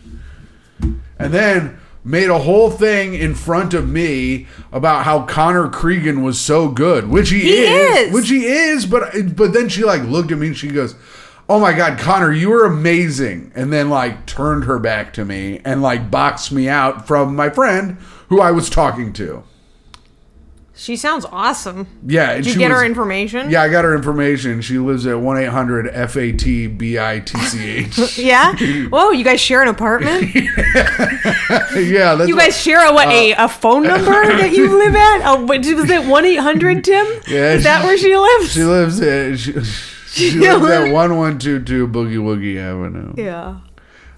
Speaker 1: And then made a whole thing in front of me about how Connor Cregan was so good, which he,
Speaker 2: He is.
Speaker 1: Which he is, but but then she like looked at me and she goes, "Oh my god, Connor, you were amazing." And then like turned her back to me and like boxed me out from my friend who I was talking to.
Speaker 2: She sounds awesome.
Speaker 1: Yeah, and
Speaker 2: Did you
Speaker 1: she
Speaker 2: get her
Speaker 1: was-
Speaker 2: information?
Speaker 1: Yeah, I got her information. She lives at 1 800 F A T B I T C H.
Speaker 2: Yeah. Whoa, you guys share an apartment?
Speaker 1: Yeah, that's
Speaker 2: You guys share a what a,
Speaker 1: Uh,
Speaker 2: a phone number that you live at? Oh, what, was it one eight hundred Tim?
Speaker 1: Yeah,
Speaker 2: is that
Speaker 1: she-
Speaker 2: where she lives?
Speaker 1: She lives at, she, she lives at 1122 Boogie Woogie Avenue.
Speaker 2: yeah.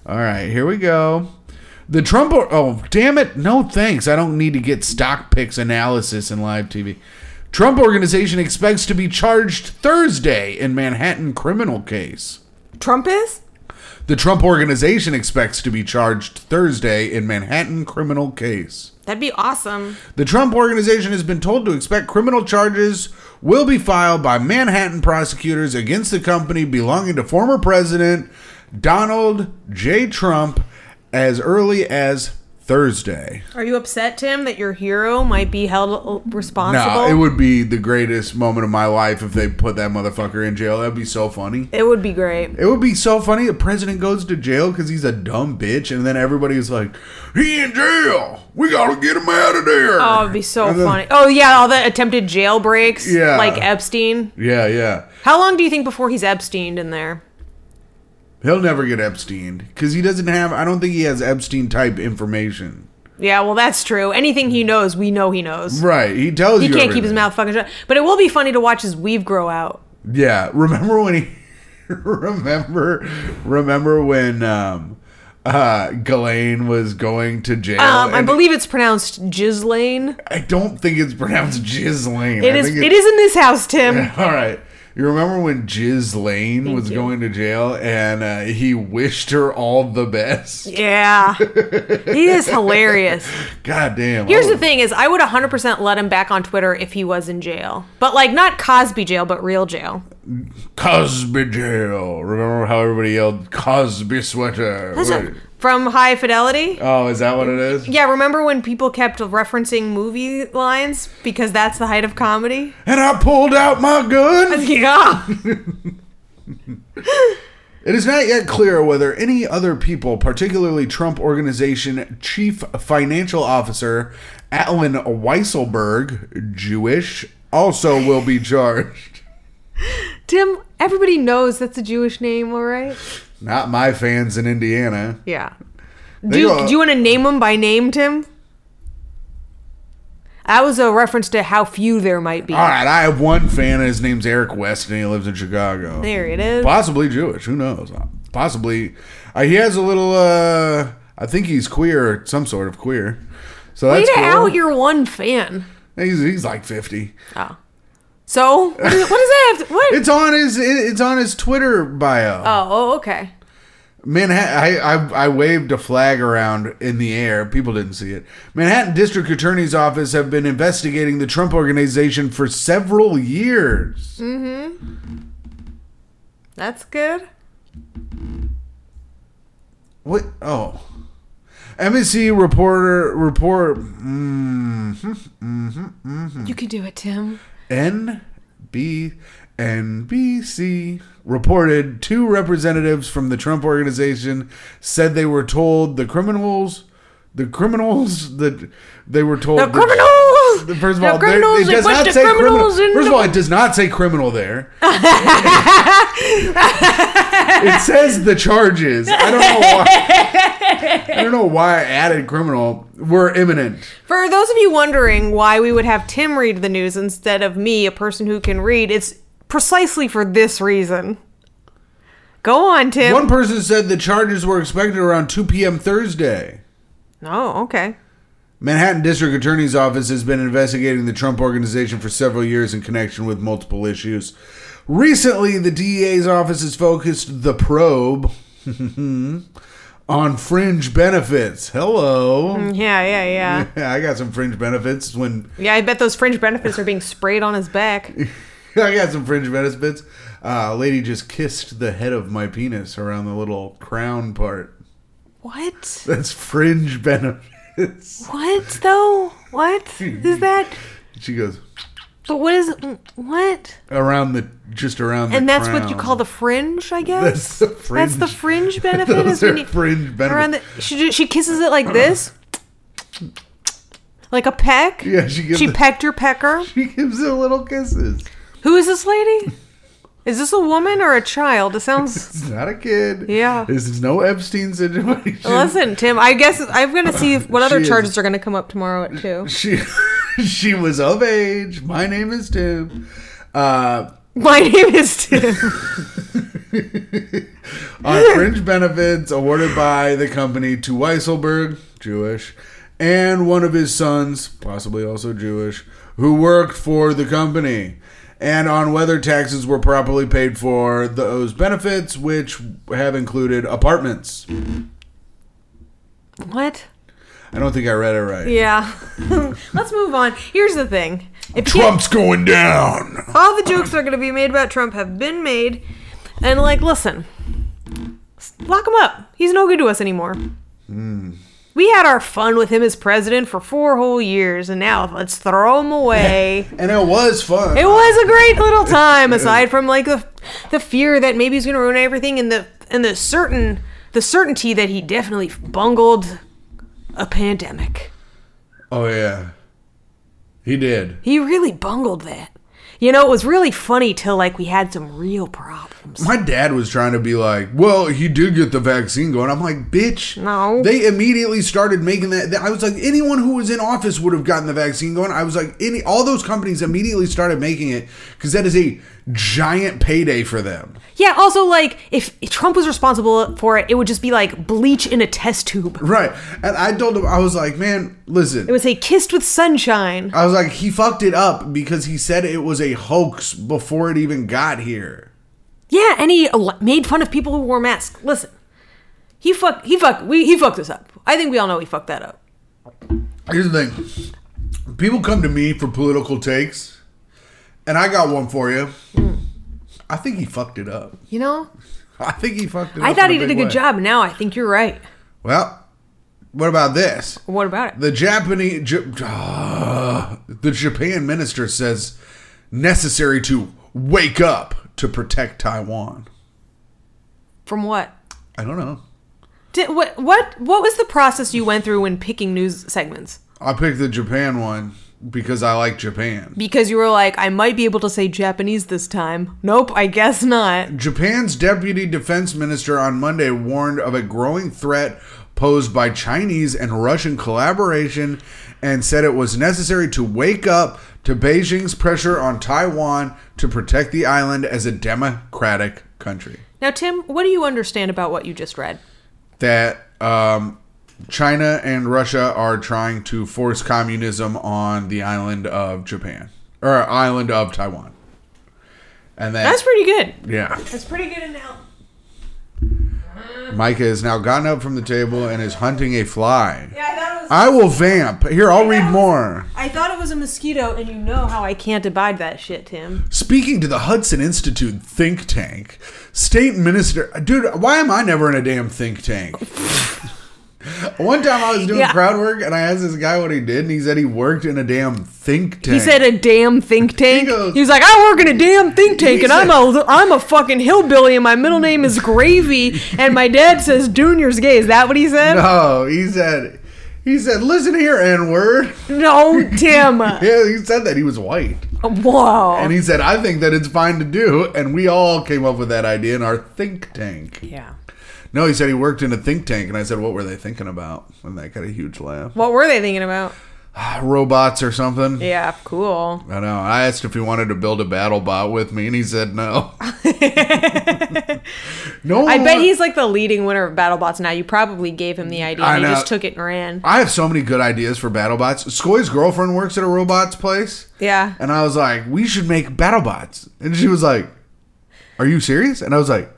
Speaker 1: All right, here we go. The Trump. Oh, damn it. No thanks. I don't need to get stock picks analysis in live TV. Trump organization expects to be charged Thursday in Manhattan criminal case.
Speaker 2: Trump is.
Speaker 1: The Trump organization expects to be charged Thursday in Manhattan criminal case.
Speaker 2: That'd be awesome.
Speaker 1: The Trump organization has been told to expect criminal charges will be filed by Manhattan prosecutors against the company belonging to former President Donald J. Trump as early as Thursday.
Speaker 2: Are you upset, Tim, that your hero might be held
Speaker 1: No,
Speaker 2: responsible?
Speaker 1: it would be the greatest moment of my life if they put that motherfucker in jail. That'd be so funny.
Speaker 2: It would be great.
Speaker 1: It would be so funny. The president goes to jail because he's a dumb bitch, and then everybody's like, "He in jail. We gotta get him out of there."
Speaker 2: Oh, it'd be so
Speaker 1: And then-
Speaker 2: funny. Oh yeah, all the attempted jail breaks.
Speaker 1: Yeah.
Speaker 2: Like Epstein.
Speaker 1: Yeah, yeah.
Speaker 2: How long do you think before he's Epsteined in there?
Speaker 1: He'll never get Epstein because he doesn't have. I don't think he has Epstein type information.
Speaker 2: Yeah, well that's true. Anything he knows, we know he knows.
Speaker 1: Right. He tells
Speaker 2: He
Speaker 1: you.
Speaker 2: can't
Speaker 1: everything.
Speaker 2: keep his mouth fucking shut. But it will be funny to watch his weave grow out.
Speaker 1: Yeah. Remember when he? remember, remember when um, uh, Ghislaine was going to jail.
Speaker 2: Um, I
Speaker 1: and-
Speaker 2: believe it's pronounced Gislaine.
Speaker 1: I don't think it's pronounced Ghislaine.
Speaker 2: It
Speaker 1: I
Speaker 2: is.
Speaker 1: think
Speaker 2: It is in this house, Tim.
Speaker 1: All right. You remember when Jiz Lane was
Speaker 2: you.
Speaker 1: going to jail and uh, he wished her all the best?
Speaker 2: Yeah, he is hilarious.
Speaker 1: God damn.
Speaker 2: Here's
Speaker 1: I
Speaker 2: the
Speaker 1: would-
Speaker 2: thing: is I would 100 percent let him back on Twitter if he was in jail, but like not Cosby jail, but real jail.
Speaker 1: Cosby jail. Remember how everybody yelled Cosby sweater?
Speaker 2: Listen,
Speaker 1: Wait.
Speaker 2: from High Fidelity.
Speaker 1: Oh, is that what it is?
Speaker 2: Yeah, remember when people kept referencing movie lines because that's the height of comedy?
Speaker 1: And I pulled out my gun.
Speaker 2: Yeah.
Speaker 1: It is not yet clear whether any other people, particularly Trump Organization Chief Financial Officer Alan Weisselberg, Jewish, also will be charged.
Speaker 2: Tim, everybody knows that's a Jewish name, all right?
Speaker 1: Not my fans in Indiana.
Speaker 2: Yeah.
Speaker 1: They
Speaker 2: Do you,
Speaker 1: go-
Speaker 2: do you want to name them by name, Tim? That was a reference to how few there might be.
Speaker 1: All right, I have one fan. His name's Eric West, and he lives in Chicago.
Speaker 2: There it is.
Speaker 1: Possibly Jewish. Who knows? Possibly. Uh, he has a little. uh I think he's queer, some sort of queer. So
Speaker 2: Way
Speaker 1: that's
Speaker 2: to
Speaker 1: cool.
Speaker 2: out your one fan.
Speaker 1: he's, he's like fifty.
Speaker 2: Oh. So, what, is, what does that have to, what?
Speaker 1: It's on his. it- It's on his Twitter bio.
Speaker 2: oh, oh, okay.
Speaker 1: Manhattan. I, I I waved a flag around in the air. People didn't see it. Manhattan District Attorney's Office have been investigating the Trump Organization for several years.
Speaker 2: Mm. That's good.
Speaker 1: What? Oh. MSC reporter report. Mm, Hmm.
Speaker 2: You can do it, Tim.
Speaker 1: NB NBC reported two representatives from the Trump organization said they were told the criminals the criminals that they were told
Speaker 2: The
Speaker 1: that-
Speaker 2: criminals!
Speaker 1: First of
Speaker 2: The
Speaker 1: all, there-
Speaker 2: criminals,
Speaker 1: it
Speaker 2: they
Speaker 1: does
Speaker 2: put
Speaker 1: not
Speaker 2: the
Speaker 1: say criminal.
Speaker 2: criminals in
Speaker 1: First of
Speaker 2: the-
Speaker 1: all, it does not say criminal there. it says the charges. I don't know why. I don't know why I added criminal. Were imminent.
Speaker 2: For those of you wondering why we would have Tim read the news instead of me, a person who can read, it's precisely for this reason. Go on, Tim.
Speaker 1: One person said the charges were expected around 2 p.m. Thursday.
Speaker 2: oh, okay.
Speaker 1: Manhattan District Attorney's Office has been investigating the Trump organization for several years in connection with multiple issues. Recently, the DEA's office has focused the probe on fringe benefits. Hello.
Speaker 2: Yeah, yeah, yeah.
Speaker 1: Yeah, I got some fringe benefits when
Speaker 2: Yeah, I bet those fringe benefits are being sprayed on his back.
Speaker 1: I got some fringe benefits. Uh, a lady just kissed the head of my penis around the little crown part.
Speaker 2: What?
Speaker 1: That's fringe benefits.
Speaker 2: What though? What is that?
Speaker 1: She goes
Speaker 2: But what is what?
Speaker 1: around the just around the
Speaker 2: And that's what you
Speaker 1: crown.
Speaker 2: call the fringe, I
Speaker 1: That's
Speaker 2: guess.
Speaker 1: the fringe.
Speaker 2: That's the fringe benefit.
Speaker 1: Those
Speaker 2: is when
Speaker 1: are
Speaker 2: you-
Speaker 1: fringe
Speaker 2: around
Speaker 1: benefits.
Speaker 2: the, she ju- she kisses it like this, like a peck.
Speaker 1: yeah, she gives
Speaker 2: She
Speaker 1: it-
Speaker 2: pecked your pecker.
Speaker 1: she gives it little kisses.
Speaker 2: Who is this lady? Is this a woman or a child? It sounds.
Speaker 1: It's not a kid.
Speaker 2: Yeah.
Speaker 1: this is no Epstein situation.
Speaker 2: Listen, Tim. I guess I'm gonna see what other
Speaker 1: She is-
Speaker 2: charges are gonna come up tomorrow at two.
Speaker 1: She she was of age. My name is Tim. Uh,
Speaker 2: My name is Tim.
Speaker 1: on fringe benefits awarded by the company to Weisselberg, Jewish, and one of his sons, possibly also Jewish, who worked for the company, and on whether taxes were properly paid for those benefits, which have included apartments.
Speaker 2: what?
Speaker 1: I don't think I read it right.
Speaker 2: Yeah. Let's move on. Here's the thing. If you-
Speaker 1: Trump's going down.
Speaker 2: all the jokes that are going to be made about Trump have been made, and like, listen, s- lock him up. He's no good to us anymore.
Speaker 1: Hmm.
Speaker 2: We had our fun with him as president for four whole years, and now let's throw him away.
Speaker 1: And it was fun.
Speaker 2: It was a great little time, aside from like the the fear that maybe he's going to ruin everything, and the and the certain the certainty that he definitely bungled a pandemic.
Speaker 1: oh yeah, he did.
Speaker 2: He really bungled that. You know, it was really funny till like we had some real problems.
Speaker 1: My dad was trying to be like, "Well, he did get the vaccine going." I'm like, "Bitch,
Speaker 2: No.
Speaker 1: They immediately started making that. that- I was like, anyone who was in office would have gotten the vaccine going. I was like, any all those companies immediately started making it because that is a giant payday for them.
Speaker 2: Yeah, also like if Trump was responsible for it, it would just be like bleach in a test tube.
Speaker 1: Right. And I told him, I was like, man, listen.
Speaker 2: It would say kissed with sunshine.
Speaker 1: I was like, he fucked it up because he said it was a hoax before it even got here.
Speaker 2: Yeah, and he al- made fun of people who wore masks. Listen. He fuck he fuck we he fucked this up. I think we all know he fucked that up.
Speaker 1: Here's the thing people come to me for political takes, and I got one for you. I think he fucked it up.
Speaker 2: You know,
Speaker 1: I think he fucked it up.
Speaker 2: I
Speaker 1: in
Speaker 2: thought he did a
Speaker 1: big
Speaker 2: good
Speaker 1: way.
Speaker 2: job. Now I think you're right.
Speaker 1: Well, what about this?
Speaker 2: What about it?
Speaker 1: The Japanese, J- Ah, the Japan minister says necessary to wake up to protect Taiwan.
Speaker 2: From what?
Speaker 1: I don't know.
Speaker 2: Did, what what what was the process you went through when picking news segments?
Speaker 1: I picked the Japan one because I like Japan.
Speaker 2: Because you were like, I might be able to say Japanese this time. Nope, I guess not.
Speaker 1: Japan's deputy defense minister on Monday warned of a growing threat posed by Chinese and Russian collaboration and said it was necessary to wake up to Beijing's pressure on Taiwan to protect the island as a democratic country.
Speaker 2: Now, Tim, what do you understand about what you just read?
Speaker 1: that um, China and Russia are trying to force communism on the island of Japan or island of Taiwan, and that
Speaker 2: That's pretty good.
Speaker 1: yeah,
Speaker 2: That's pretty good now.
Speaker 1: Micah has now gotten up from the table and is hunting a fly.
Speaker 2: Yeah, I thought it was.
Speaker 1: I will vamp here. I'll read more.
Speaker 2: I thought it was a mosquito, and you know how I can't abide that shit, Tim.
Speaker 1: Speaking to the Hudson Institute think tank, state minister, dude, why am I never in a damn think tank? One time I was doing
Speaker 2: Yeah.
Speaker 1: crowd work and I asked this guy what he did, and he said he worked in a damn think tank.
Speaker 2: He said a damn think tank. He,
Speaker 1: goes-
Speaker 2: was like, I work in a damn think tank,
Speaker 1: He
Speaker 2: and I'm a I'm a fucking hillbilly, and my middle name is Gravy, and my dad says Junior's gay. Is that what he said?
Speaker 1: No, he said, he said, listen here, N word.
Speaker 2: No, Tim.
Speaker 1: Yeah, he said that he was white,
Speaker 2: Whoa.
Speaker 1: and he said, I think that it's fine to do, and we all came up with that idea in our think tank.
Speaker 2: yeah.
Speaker 1: No, he said he worked in a think tank, and I said, what were they thinking about? And that got a huge laugh.
Speaker 2: What were they thinking about?
Speaker 1: Robots or something.
Speaker 2: Yeah, cool.
Speaker 1: I know. I asked if he wanted to build a battle bot with me, and he said no. no, one
Speaker 2: I bet
Speaker 1: want-
Speaker 2: he's like the leading winner of BattleBots now. You probably gave him the idea.
Speaker 1: I
Speaker 2: and He
Speaker 1: know.
Speaker 2: just took it and ran.
Speaker 1: I have so many good ideas for battle bots. Skoy's girlfriend works at a robots place.
Speaker 2: Yeah.
Speaker 1: And I was like, we should make BattleBots. And she was like, are you serious? And I was like,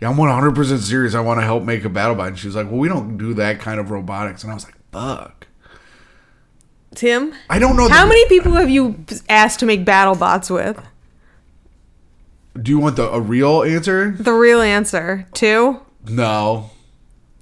Speaker 1: yeah, I'm 100% serious. I want to help make a BattleBot. And she was like, well, we don't do that kind of robotics. And I was like, fuck.
Speaker 2: Tim,
Speaker 1: I don't know.
Speaker 2: how
Speaker 1: the-
Speaker 2: many people have you asked to make BattleBots with?
Speaker 1: Do you want the a real answer?
Speaker 2: The real answer, two.
Speaker 1: No.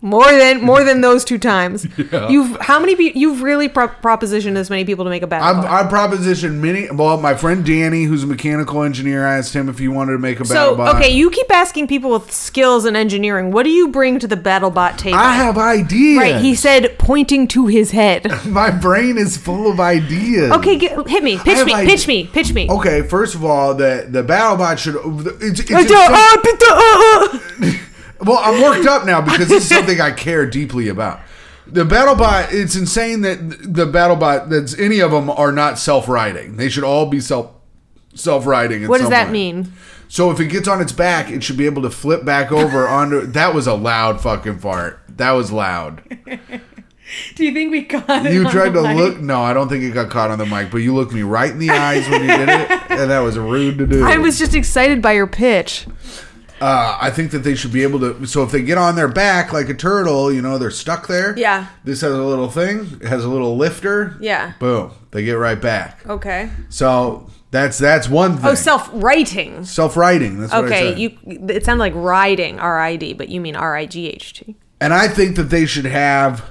Speaker 2: More than more than those two times.
Speaker 1: Yeah.
Speaker 2: You've how many people you've really pro- propositioned as many people to make a
Speaker 1: I'm,
Speaker 2: battle. bot.
Speaker 1: I propositioned many. Well, my friend Danny, who's a mechanical engineer, I asked him if he wanted to make a
Speaker 2: so
Speaker 1: BattleBot.
Speaker 2: okay, you keep asking people with skills in engineering. What do you bring to the BattleBot table?
Speaker 1: I have ideas.
Speaker 2: right, he said, pointing to his head.
Speaker 1: my brain is full of ideas.
Speaker 2: Okay, get, hit me, pitch
Speaker 1: have
Speaker 2: me,
Speaker 1: ide-
Speaker 2: pitch me, pitch me.
Speaker 1: Okay, first of all, the the BattleBot should. It's, it's,
Speaker 2: Uh,
Speaker 1: it's
Speaker 2: duh, uh, duh, duh, uh, uh.
Speaker 1: Well, I'm worked up now because this is something I care deeply about. The BattleBot, it's insane that the BattleBot that's any of them are not self-riding. They should all be self self-riding. in
Speaker 2: What does
Speaker 1: some
Speaker 2: that
Speaker 1: way.
Speaker 2: mean?
Speaker 1: So if it gets on its back, it should be able to flip back over onto. That was a loud fucking fart. That was loud.
Speaker 2: Do you think we got it?
Speaker 1: You tried to look. No, I don't think it got caught on the mic, but you looked me right in the eyes when you did it, and that was rude to do.
Speaker 2: I was just excited by your pitch.
Speaker 1: Uh, I think that they should be able to. So if they get on their back like a turtle, you know, they're stuck there.
Speaker 2: Yeah.
Speaker 1: This has a little thing. It has a little lifter.
Speaker 2: Yeah.
Speaker 1: Boom. They get right back.
Speaker 2: Okay.
Speaker 1: So that's that's one thing.
Speaker 2: Oh, self writing.
Speaker 1: Self writing. That's what I
Speaker 2: Okay,
Speaker 1: said.
Speaker 2: you. It sounded like riding, R I D, but you mean R I G H T.
Speaker 1: and I think that they should have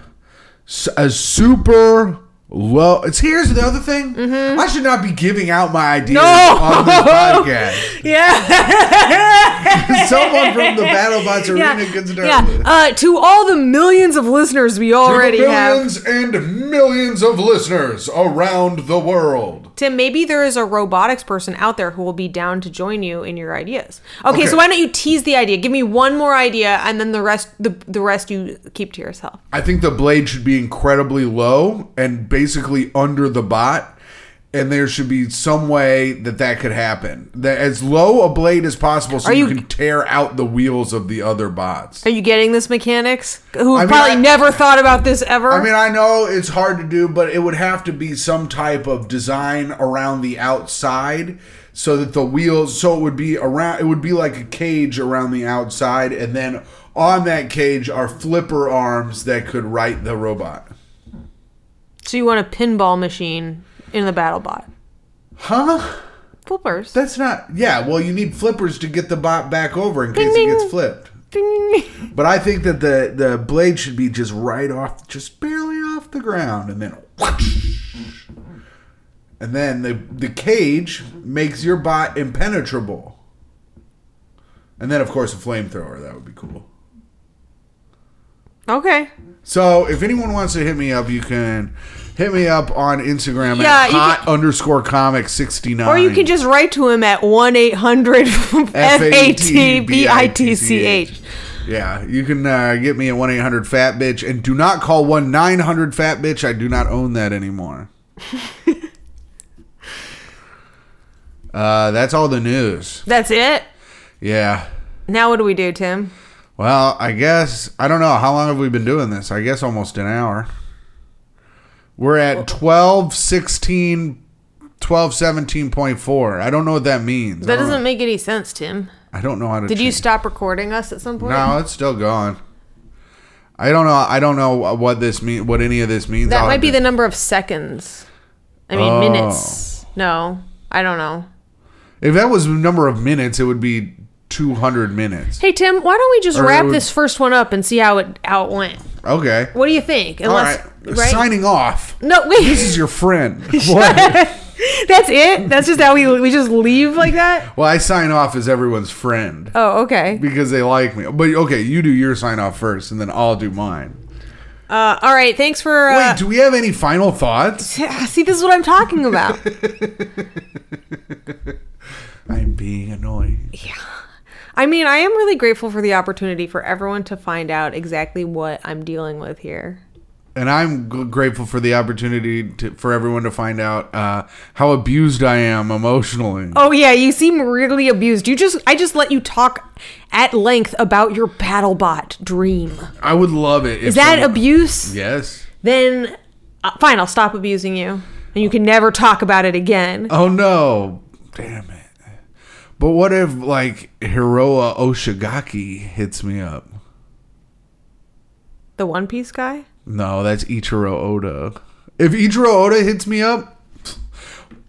Speaker 1: s- a super low. It's here's the other thing. I should not be giving out my ideas
Speaker 2: Mm-hmm. No!
Speaker 1: on this podcast.
Speaker 2: Yeah.
Speaker 1: Someone from the BattleBots arena gets nervous.
Speaker 2: yeah. Uh, to all the millions of listeners we already have,
Speaker 1: millions and millions of listeners around the world.
Speaker 2: Tim, maybe there is a robotics person out there who will be down to join you in your ideas. Okay,
Speaker 1: Okay.
Speaker 2: so why don't you tease the idea? Give me one more idea, and then the rest, the the rest you keep to yourself.
Speaker 1: I think the blade should be incredibly low and basically under the bot. And there should be some way that that could happen. That as low a blade as possible, so
Speaker 2: Are
Speaker 1: you,
Speaker 2: you-
Speaker 1: can tear out the wheels of the other bots.
Speaker 2: Are you getting this, mechanics? Who
Speaker 1: mean,
Speaker 2: probably
Speaker 1: I-
Speaker 2: never thought about this ever.
Speaker 1: I mean, I know it's hard to do, but it would have to be some type of design around the outside so that the wheels, so it would be around, it would be like a cage around the outside, and then on that cage are flipper arms that could right the robot.
Speaker 2: so you want a pinball machine in the battle bot?
Speaker 1: Huh?
Speaker 2: flippers.
Speaker 1: That's not. Yeah, well, you need flippers to get the bot back over in case
Speaker 2: Ding,
Speaker 1: it
Speaker 2: ding.
Speaker 1: gets flipped.
Speaker 2: Ding.
Speaker 1: But I think that the the blade should be just right off, just barely off the ground, and then. whoosh. And then the the cage makes your bot impenetrable. And then, of course, a flamethrower. That would be cool.
Speaker 2: Okay.
Speaker 1: So if anyone wants to hit me up, you can hit me up on Instagram
Speaker 2: Yeah,
Speaker 1: at
Speaker 2: you
Speaker 1: hot underscore comic sixty nine.
Speaker 2: Or you can just write to him at 1 800 F A T B I T C H.
Speaker 1: Yeah, you can uh, get me at one eight hundred fat bitch, and do not call one nine hundred fat bitch. I do not own that anymore. uh, that's all the news.
Speaker 2: That's it.
Speaker 1: Yeah.
Speaker 2: Now what do we do, Tim?
Speaker 1: Well, I guess I don't know how long have we been doing this. I guess almost an hour. We're at 12 16 12 17.4. I don't know what that means.
Speaker 2: That
Speaker 1: I don't
Speaker 2: doesn't
Speaker 1: know.
Speaker 2: make any sense, Tim.
Speaker 1: I don't know how to
Speaker 2: Did you
Speaker 1: change-
Speaker 2: stop recording us at some point?
Speaker 1: No, it's still going. I don't know I don't know what this mean what any of this means.
Speaker 2: That
Speaker 1: I'll
Speaker 2: might
Speaker 1: have
Speaker 2: be
Speaker 1: to-
Speaker 2: the number of seconds. I mean,
Speaker 1: Oh.
Speaker 2: minutes. No, I don't know.
Speaker 1: If that was the number of minutes it would be 200 minutes.
Speaker 2: Hey, Tim, why don't we just
Speaker 1: Or it
Speaker 2: wrap
Speaker 1: would-
Speaker 2: this first one up and see how it, how it went?
Speaker 1: Okay.
Speaker 2: What do you think?
Speaker 1: All
Speaker 2: Unless,
Speaker 1: right.
Speaker 2: right?
Speaker 1: Signing off.
Speaker 2: no, wait.
Speaker 1: This is your friend. What?
Speaker 2: That's it? That's just how we, we just leave like that?
Speaker 1: well, I sign off as everyone's friend.
Speaker 2: Oh, okay.
Speaker 1: because they like me. But okay, you do your sign off first, and then I'll do mine.
Speaker 2: Uh, all right. Thanks for. Uh,
Speaker 1: Wait, do we have any final thoughts?
Speaker 2: See, this is what I'm talking about.
Speaker 1: I'm being annoying.
Speaker 2: I mean, I am really grateful for the opportunity for everyone to find out exactly what I'm dealing with here.
Speaker 1: And I'm g- grateful for the opportunity to, for everyone to find out uh, how abused I am emotionally.
Speaker 2: Oh yeah, you seem really abused. You just I just let you talk at length about your BattleBot dream.
Speaker 1: I would love it. If
Speaker 2: Is that
Speaker 1: someone-
Speaker 2: abuse?
Speaker 1: Yes.
Speaker 2: Then uh, fine, I'll stop abusing you. And you can never talk about it again.
Speaker 1: Oh no! Damn it. But what if like Hiroa Oshigaki hits me up?
Speaker 2: The One Piece guy?
Speaker 1: No, that's Ichiro Oda. If Ichiro Oda hits me up,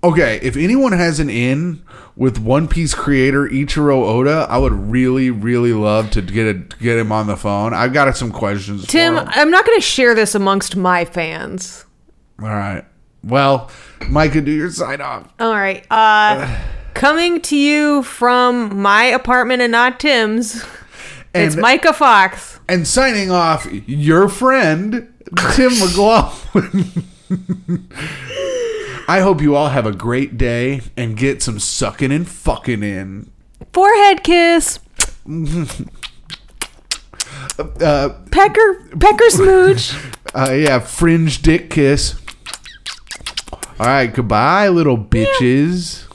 Speaker 1: okay. If anyone has an in with One Piece creator Ichiro Oda, I would really, really love to get a, get him on the phone. I've got some questions. for
Speaker 2: Tim,
Speaker 1: him.
Speaker 2: I'm not going to share this amongst my fans.
Speaker 1: all right. Well, Micah, do your sign off.
Speaker 2: All right. Uh coming to you from my apartment and not Tim's. It's
Speaker 1: And-
Speaker 2: Micah Fox.
Speaker 1: And signing off, your friend Tim McLaughlin. I hope you all have a great day and get some sucking and fucking in.
Speaker 2: Forehead kiss.
Speaker 1: Uh,
Speaker 2: Pecker pecker smooch.
Speaker 1: Uh, yeah, fringe dick kiss. All right, goodbye, little bitches.